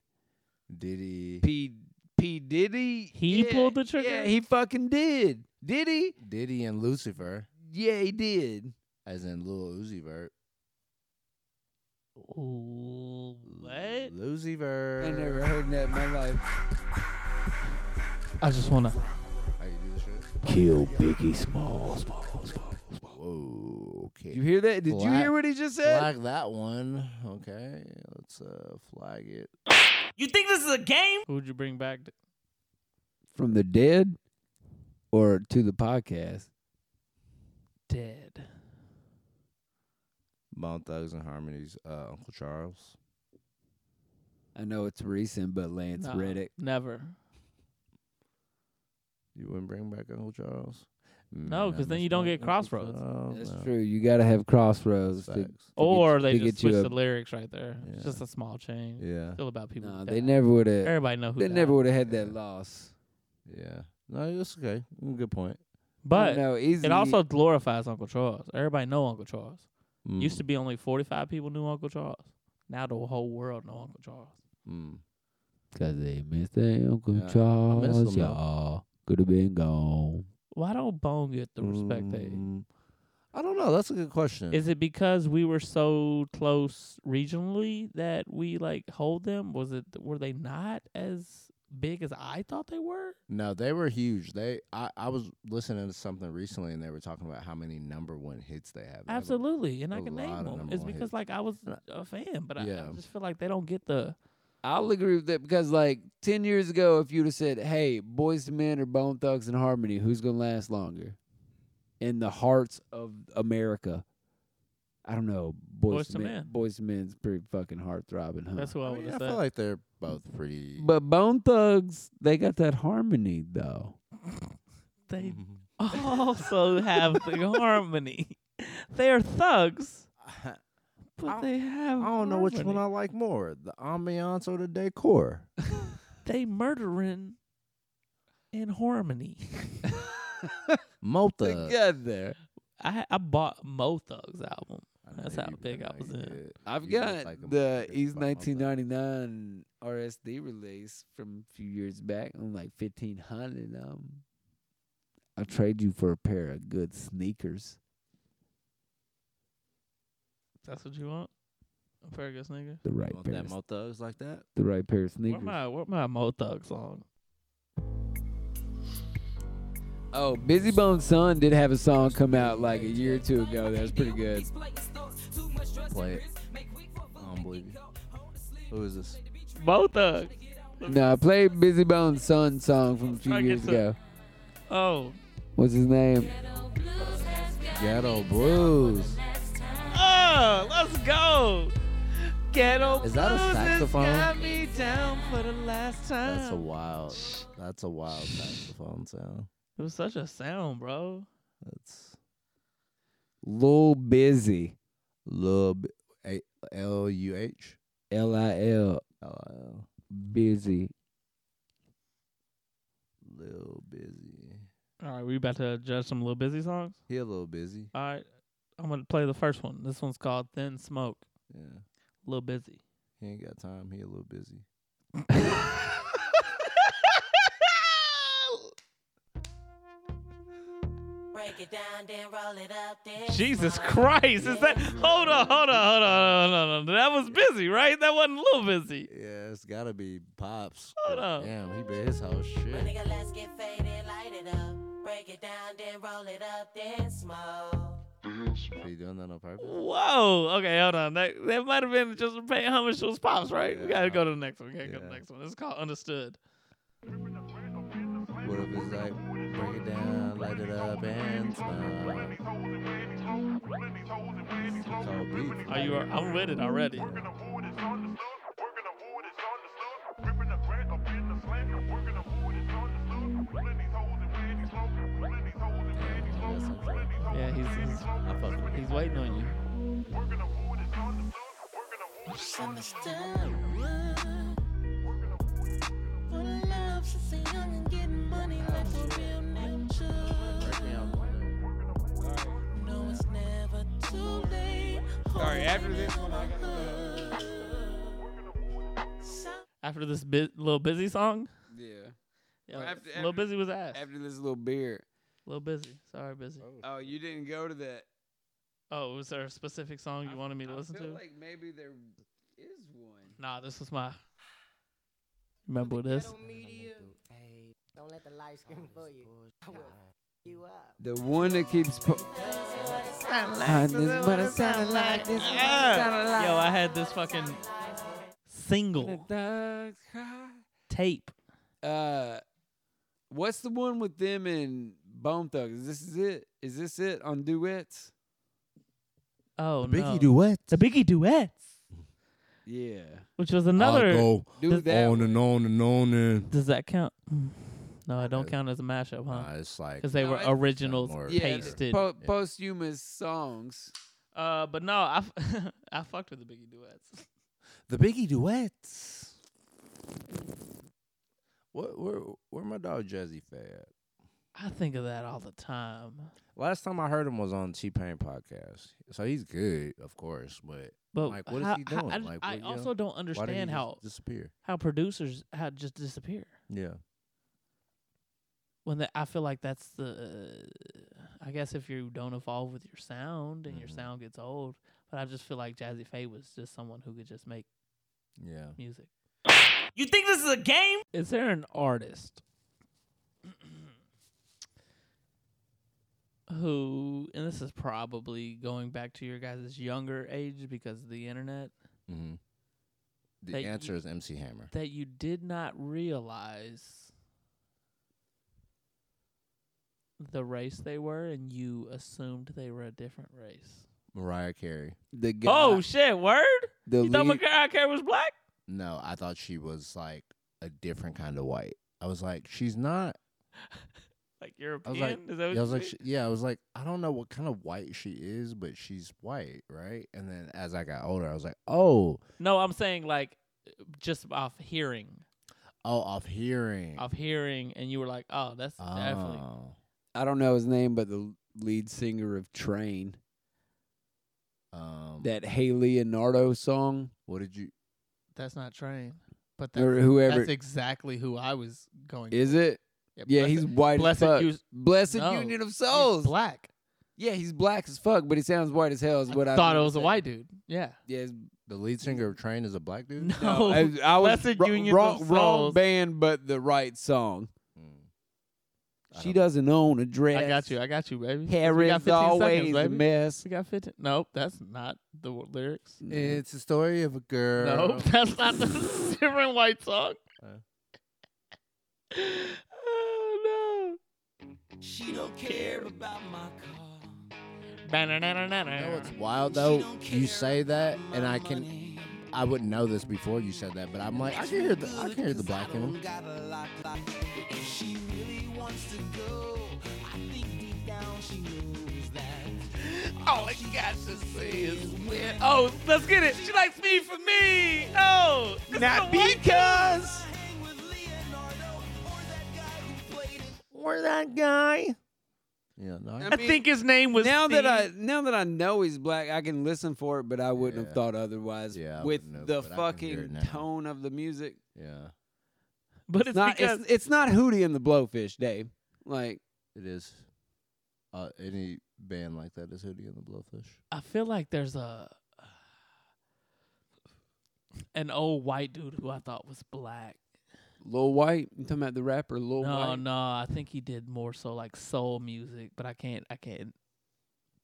Diddy. P P Diddy. He Yeah, pulled the trigger? Yeah, he fucking did. Did he? Diddy and Lucifer, Yeah, he did. as in Lil Uzi Vert. Ooh, what? Lil Uzi I Vert. never heard that in my life. I just wanna. How you do this shit? Kill Biggie Smalls, Smalls, Smalls. Whoa. Okay. You hear that? Did you Black- hear what he just said? like that one. Okay. Let's Let's uh, flag it. You think this is a game? Who would you bring back? To- From the dead or to the podcast? Dead. Bone Thugs and Harmonies, uh, Uncle Charles. I know it's recent, but Lance Nah, Reddick. Never. You wouldn't bring back Uncle Charles? No, 'cause I then you miss don't my get Uncle Crossroads. Charles. That's No. true. You got to have crossroads. To, Facts. Or get, they to just get you switch a- the lyrics right there. It's Yeah. Just a small change. Yeah, Still about people. no, who they died. never would have. Everybody know who. They died. never would have had Yeah. that loss. yeah. No, that's okay. Mm, Good point. But no, easy. it also glorifies Uncle Charles. Everybody know Uncle Charles. Mm. Used to be only forty five people knew Uncle Charles. Now the whole world know Uncle Charles. Mm. Cause they missed their Uncle Yeah, I miss him, Charles, though. y'all. Could have been gone. Why don't Bone get the respect Mm. I don't know. That's a good question. they? Is it because we were so close regionally that we like hold them? Was it were they not as big as I thought they were? No, they were huge. They I, I was listening to something recently and they were talking about how many number one hits they have. They have a- Absolutely, and I a can lot name of them. number It's one because hits. like I was And a fan, but I, Yeah. I just feel like they don't get the I'll agree with that because, like, ten years ago, if you'd have said, "Hey, Boys to Men or Bone Thugs and Harmony, who's gonna last longer?" In the hearts of America, I don't know. Boys, Boyz to II Men. Men. Boys to Men's pretty fucking heart throbbing, huh? That's who I I, would mean, have I said. feel like they're both pretty. but Bone Thugs, they got that harmony though. they also have the harmony. They are thugs, I but I- they have. don't know which one I harmony. like more, the ambiance or the decor. They murdering in harmony. They Motha. got there. I I bought Mo Thug's album. I know That's you how do, big I know was you in. did. I've You look got like a the motherfucker East by Motha. 1999 RSD release from a few years back. I'm like 1500 um I'll trade you for a pair of good sneakers. That's what you want? A pair of good sneakers? The right You want pair. that of, Mo Thugs like that? the right pair of Where sneakers. my where my Mo Thug song? Oh, Busy Bone Son did have a song come out like a year or two ago. That was pretty good. Play it. I don't believe you. Who is this? Mo Thug. No, I played Busy Bone Son song from a few I get years to- ago. Oh. What's his name? Ghetto Blues. Oh, let's go. Ghetto Is that a blues has saxophone? Got me down for the last time. That's a wild. That's a wild saxophone sound. it was such a sound, bro. That's Lil Busy. Lil B- A- L U H. L I L L I L. Busy. Lil busy. All right, we about to judge some little busy songs. He a little busy. All right, I'm gonna play the first one. This one's called Thin Smoke. Yeah. Little busy. He ain't got time. He a little busy. Break it down, then roll it up. Then Jesus Christ! Is that? Hold on, hold on, hold on, hold on, hold on. That was busy, right? That wasn't little busy. Yeah, it's gotta be pops. Hold but up. Damn, he bet his whole My shit. nigga, let's get faded, light it up. Break it down, then roll it up, then smoke. He doing that on purpose? Whoa. Okay, hold on. That that might have been just paying homage to his pops, right? We gotta go to the next one. We gotta go to the Yeah. next one. It's called Understood. What if it's like break it down, light it up, and smile? It's called beef. Are you? I'm with it already. Yeah, he's he's, I fuck with it. he's waiting on you. Understood. For the love, since a young and getting money like a real nigga should. Break me out. No, it's never too late. Sorry, after this one, I After this bit, little busy song. Yeah. Yeah, Well, after- little after- busy was ass. After this little beer. little busy. Sorry, busy. Oh, you didn't go to that. Oh, was there a specific song you wanted me to listen to? like maybe there is one. nah, this was my. Remember this? Don't let the light skin fool you. I will you up. The one that keeps. Po- Yo, I had this fucking single tape. Uh, what's the one with them and Bone Thugs? Is this is it? Is this it on duets? Oh no, Biggie duet. the Biggie duets, Yeah, which was another. go do that. on and on and on and. Does that count? No, I don't Uh, count as a mashup, huh? Nah, it's like Because they No, were it- originals More- yeah, pasted. Po- posthumous songs. uh, but no, I, f- I fucked with the Biggie duets. the Biggie duets. What where where my dog Jazzy Faye at? I think of that all the time. Last time I heard him was on T Pain podcast, so he's good, of course. But But Like, what is how- he how- doing? I, just- Like, I what, you also know, don't why did he understand how just disappear? how producers how just disappear. Yeah, When the, I feel like that's the, I guess if you don't evolve with your sound and your Mhm. sound gets old. But I just feel like Jazzy Faye was just someone who could just make yeah. music. You think this is a game? Is there an artist who, and this is probably going back to your guys' younger age because of the internet, Mm-hmm. The That you- answer is MC Hammer. that you did not realize the race they were and you assumed they were a different race? Mariah Carey. The guy, Oh, shit, word? the You thought lead, Mariah Carey was black? No, I thought she was like a different kind of white. I was like, she's not. Like I was European? like, is that what yeah, I you was like, mean? she- yeah, I was like, I don't know what kind of white she is, but she's white, right? And then as I got older, I was like, oh, No, I'm saying like just off hearing. oh, off hearing. of hearing, and you were like, "Oh, that's Ah. definitely." Oh, I don't know his name, but the lead singer of Train, um, that Hey Leonardo song, what did you? That's not train, but that's, or whoever that's exactly who I was going. is it? for. Yeah, blessed- he's white blessed as fuck. us- blessed No, Union of he's Souls. black. yeah, he's black as fuck, but he sounds white as hell. Is what I, I thought meant it to was a say. white dude. Yeah, Yeah, it's- The lead singer of Train is a black dude. no, no, I, I was Oh, Blessed wro- Union wrong, of wrong Souls. band, but the right song. Mm. I She don't- doesn't own a dress. I got you. I got you, baby. 'Cause Hair we got is 15 always seconds, a baby. mess. We got fifteen. Nope, that's not the w- lyrics. It's the story of a girl. Nope, that's not the different white song. Uh. oh She don't care about my car. no! Ba-na-na-na-na-na. You know what's wild though? You say that, and I can, Money. I wouldn't know this before you said that, but I'm like, I can hear the, I can hear the Cause I black in don't him. got a lot, lot. If she really wants to go, I think deep down she knows that. All she got to say is where. Oh, let's get it. She likes me for me. Oh, Not because. Hang with Leonardo or that guy who played it. Or that guy. Yeah, no. I- I think his name was Now that I Steve. now that I know he's black, I can listen for it, but I wouldn't Yeah. have thought otherwise. Yeah, I with wouldn't have, the but I can hear it fucking now. tone of the music, yeah, but it's not because it's, it's not Hootie and the Blowfish, Dave. Like it is. Uh, any band like that is Hootie and the Blowfish. I feel like there's a an old white dude who I thought was black. Lil White, you talking about the rapper Lil no, White? no, I think he did more so like soul music, but I can't I can't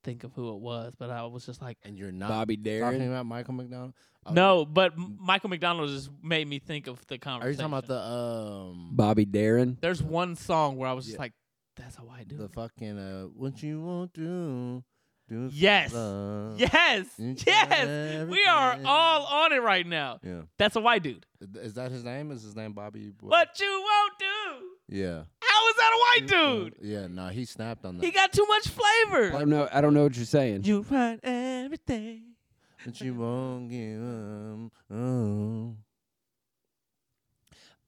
think of who it was. But I was just like, And you're not Bobby talking Darin. about Michael McDonald. Oh, no. But M- Michael McDonald just made me think of the conversation. Are you talking about the um Bobby Darin. There's one song where I was just Yeah. like, that's a white dude. the fucking uh what you won't do do for Yes. love. yes, You got yes, we Mm-hmm. are everything. all on it right now. Yeah. That's a white dude. Is that his name? Is his name Bobby? What you won't do? Yeah. How is that a white dude? Yeah, no, he snapped on that. He got too much I flavor. don't know. I don't know what you're saying. You run everything. but you won't give up. Oh.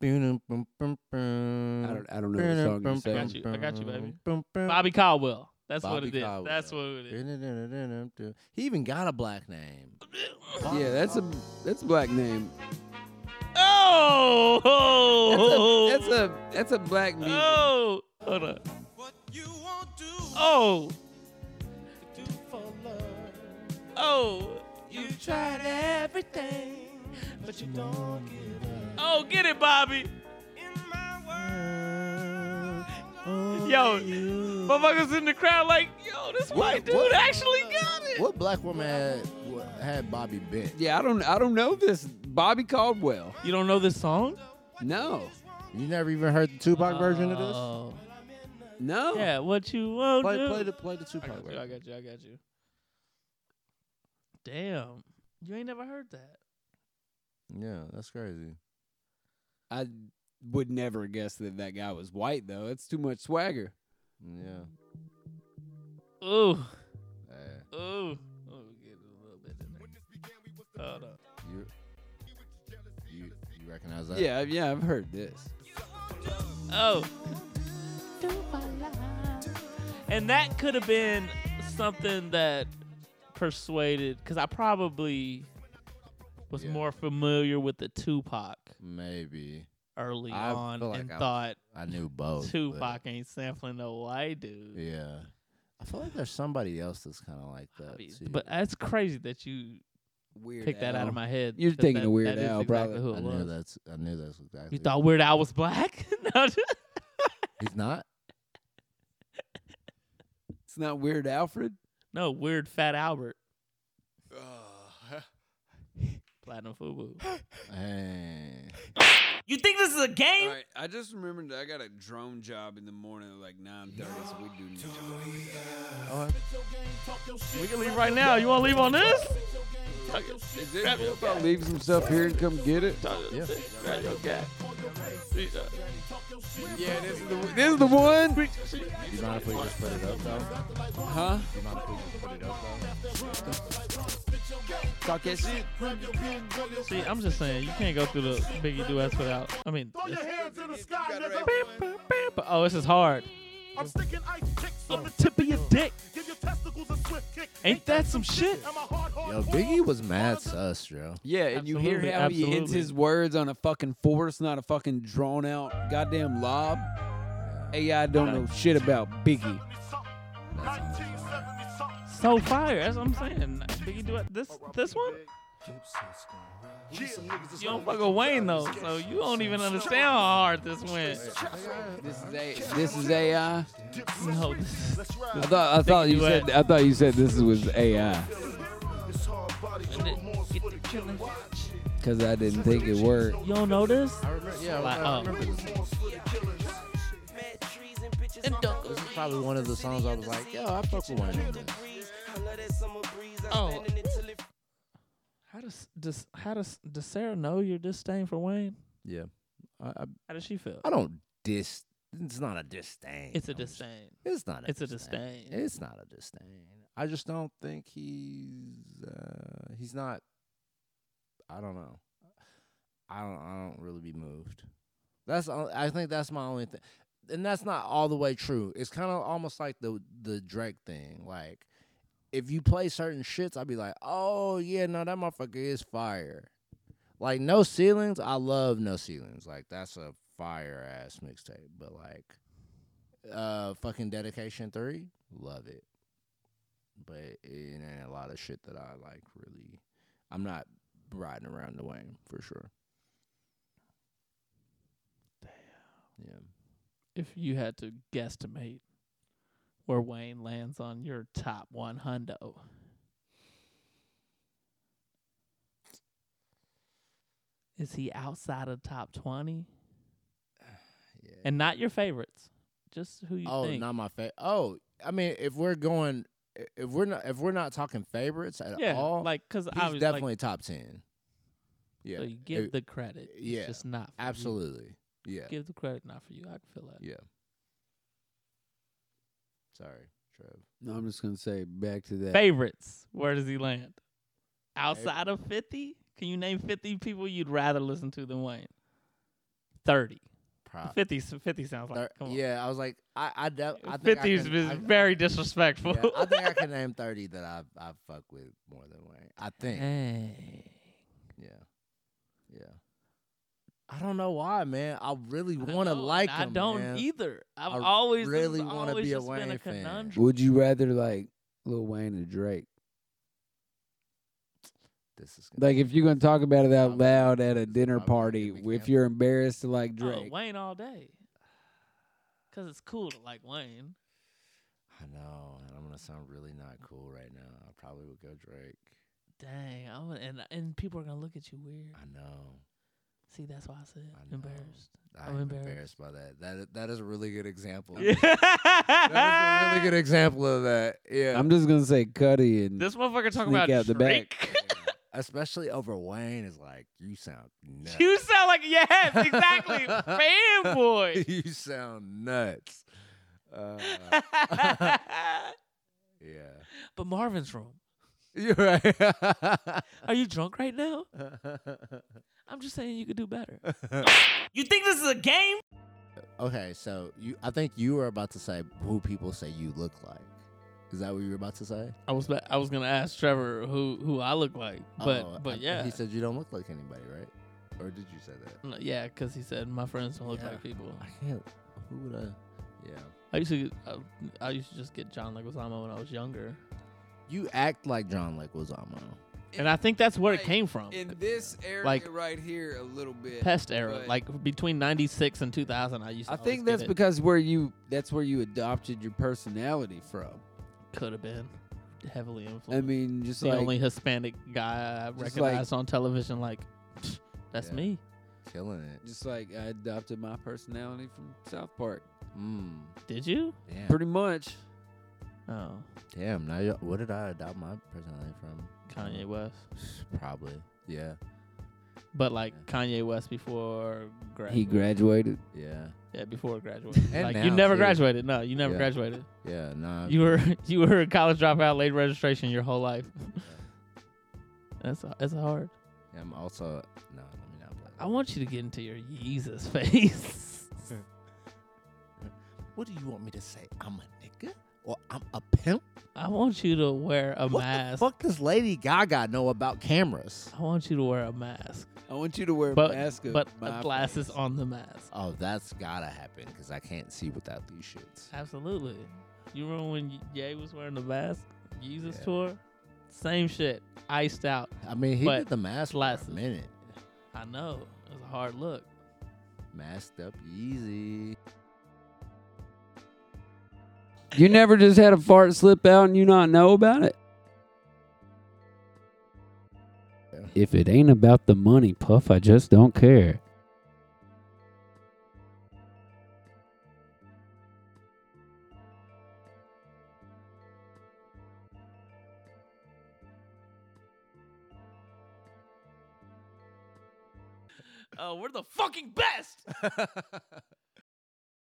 I don't, I don't. I don't know what song you're saying. Got you. I got you, baby. Bobby Caldwell. That's what Bobby it is. Caldwell. That's what it is. He even got a black name. Yeah, that's a that's a black name. Oh, oh, That's a that's a, that's a black music. oh. Hold on. What you won't do, Oh, do for love. oh, You tried everything, but you don't give up. oh. Get it, Bobby. In my world, Yo, motherfuckers in the crowd like, yo, this white dude what- actually got it. What black woman had, had Bobby bent? Yeah, I don't I don't know this Bobby Caldwell. You don't know this song? No, You never even heard the Tupac version of this? Oh. no. Yeah, what you want Play, to play the play the I Tupac got you, I version. got you, I got you. Damn. You ain't never heard that. Yeah, that's crazy. I would never guess that that guy was white though. That's too much swagger. Yeah. Ooh. Eh, Ooh. Ooh, get a little bit in there. Hold up. you, you you recognize that? yeah, yeah, I've heard this. Oh. And that could have been something that persuaded, because I probably was Yeah. more familiar with the Tupac Maybe. early I on feel like and I- thought I knew both. but- Tupac ain't sampling no white dude. Yeah. I feel like there's somebody else that's kind of like that Bobby. too. But that's crazy that you Weird. picked that out Al. of my head. You're 'cause thinking that, of Weird that is Al, exactly probably. who I it knew was. that's I knew that's exactly. You thought Weird Al was black? no, he's not? It's not Weird Alfred. no, Weird Fat Albert. Platinum Fubu. Hey. You think this is a game? All right, I just remembered that I got a drone job in the morning at like nine thirty, so we do need to. We can leave right now. You want to leave on this? Is it cool if I leave some stuff here and come get it? Yeah. Yeah, this is the this is the one. You mind if we just put it up though? Huh? You mind if we just put it up though? Talk that shit. See, I'm just saying, you can't go through the Biggie duets without. I mean, it's- but- oh, this is hard. I'm sticking ice picks on the Tip of your dick. Give your testicles a swift kick. Ain't that some shit? Am I hard, hard Yo, boiled? Biggie was mad sus, yo. Yeah, and you hear Absolutely, how he hits absolutely. his words on a fucking force, not a fucking drawn out goddamn lob. AI don't know shit about Biggie. 1970 something. So fire. That's what I'm saying. Biggie duet. This this one. You don't fuck with Wayne though, so you don't even understand how hard this went. This is a, this is AI. No, this is- I thought I thought you duet. said I thought you said this was AI because I didn't think it worked. you don't know this. Yeah, Like, oh, This is probably one of the songs I was like, yo, I fuck with Wayne. on this. oh. How does does how does does Sarah know your disdain for Wayne? Yeah. I, I How does she feel? I don't dis. It's not a disdain. It's a I'm just- disdain. It's not. A It's a disdain. disdain. It's not a disdain. I just don't think he's. Uh, he's not. I don't know. I don't. I don't really be moved. That's. the only- I think that's my only thing, and that's not all the way true. It's kind of almost like the the Drake thing. Like, if you play certain shits, I'd be like, oh yeah, no, that motherfucker is fire. Like no ceilings, I love no ceilings. Like that's a fire ass mixtape. But like, uh, fucking dedication three, love it. But it ain't a lot of shit that I like. Really, I'm not riding around the Wayne for sure. Damn. If you had to guesstimate where Wayne lands on your top one hundo, is he outside of top twenty? Yeah. Yeah. And not your favorites, just who you oh, think. not my favorite. Oh, I mean, if we're going, i- if we're not, if we're not talking favorites at yeah, all, like because he's I was definitely like, top ten. Yeah. so you give it- the credit. It's yeah, just not for you. absolutely. Yeah. Give the credit, not for you. I can feel that. Yeah. Sorry, Trev. No, I'm just gonna say back to that. Favorites. Where does he land? Outside of 50? Can you name 50 people you'd rather listen to than Wayne? 30. Pro- 50, 50 sounds like. Uh, thir- come on. yeah, I was like, I, I, def- I think 50 is I can, is I- very disrespectful. yeah, I think I can name thirty that I I fuck with more than Wayne. I think. Dang. Yeah. Yeah. I don't know why, man. I really I want to know, like and him. I don't man. either. I've I always this really has wanna always be a just been Wayne fan. conundrum. Would you rather like Lil Wayne or Drake? This is gonna Like if you're gonna talk about it out Probably. loud at a It's dinner probably gonna party, get me if canceled. you're embarrassed to like Oh, Drake, Wayne all day. Because it's cool to like Wayne. I know, and I'm gonna sound really not cool right now. I probably would go Drake. Dang, I'm gonna- and and people are gonna look at you weird. I know. See, that's why I said I know. embarrassed. I'm I'm embarrassed. embarrassed. by that. That that is a really good example. That is a really really good example of that. Yeah. I'm just gonna say Cuddy and This motherfucker talking Sneak about out the back. Drake. Especially over Wayne is like, you sound nuts. you sound like yes, exactly, fanboy. you sound nuts. Uh, yeah. but Marvin's room. You're right. Are you drunk right now? I'm just saying you could do better. You think this is a game? okay, so you I think you were about to say who people say you look like. Is that what you were about to say? I was I was gonna ask Trevor who who I look like, but Oh, but I- yeah, He said you don't look like anybody, right? Or did you say that? No, yeah, because he said my friends don't look Yeah. like people. I can't who would I Yeah. I used to I, I used to just get John Leguizamo when I was younger, You act like John Leguizamo. and I think that's where it Like, came from. in this area Like- right here a little bit. Pest era, but- like between '96 and 2000, I used. to I think always that's get it. because where you that's where you adopted your personality from. could have been heavily influenced. I mean, just the like only Hispanic guy I Just recognized on television. Like, that's Yeah. me. Killing it. just like I adopted my personality from South Park. Mm. Did you? Damn. Pretty much. Oh, Damn. Now, you- what did I adopt my personality from? Kanye West. Probably. Yeah. But like Kanye West before grad. He graduated. Yeah. yeah, before graduation. And like you now, never too. graduated. No, you never Yeah. graduated. Yeah. Nah. You were you were a college dropout, late registration your whole life. that's that's hard. I'm also. No. Let me not play. Uh, I want you to get into your Jesus face. what do you want me to say? I'm a nigga or I'm a pimp? I want you to wear a What the mask. fuck does Lady Gaga know about cameras? I want you to wear a mask, I want you to wear but a mask of but my glasses face. on the mask. Oh, that's gotta happen because I can't see without these shits. Absolutely. You remember when Ye was wearing the mask? Jesus Yeah. tour, same shit, iced out. I mean, he But did the mask for glasses. a minute. I know it was a hard look. Masked up, easy. You never just had a fart slip out and you not know about it? If it ain't about the money, Puff, I just don't care. Uh, Oh, we're the fucking best.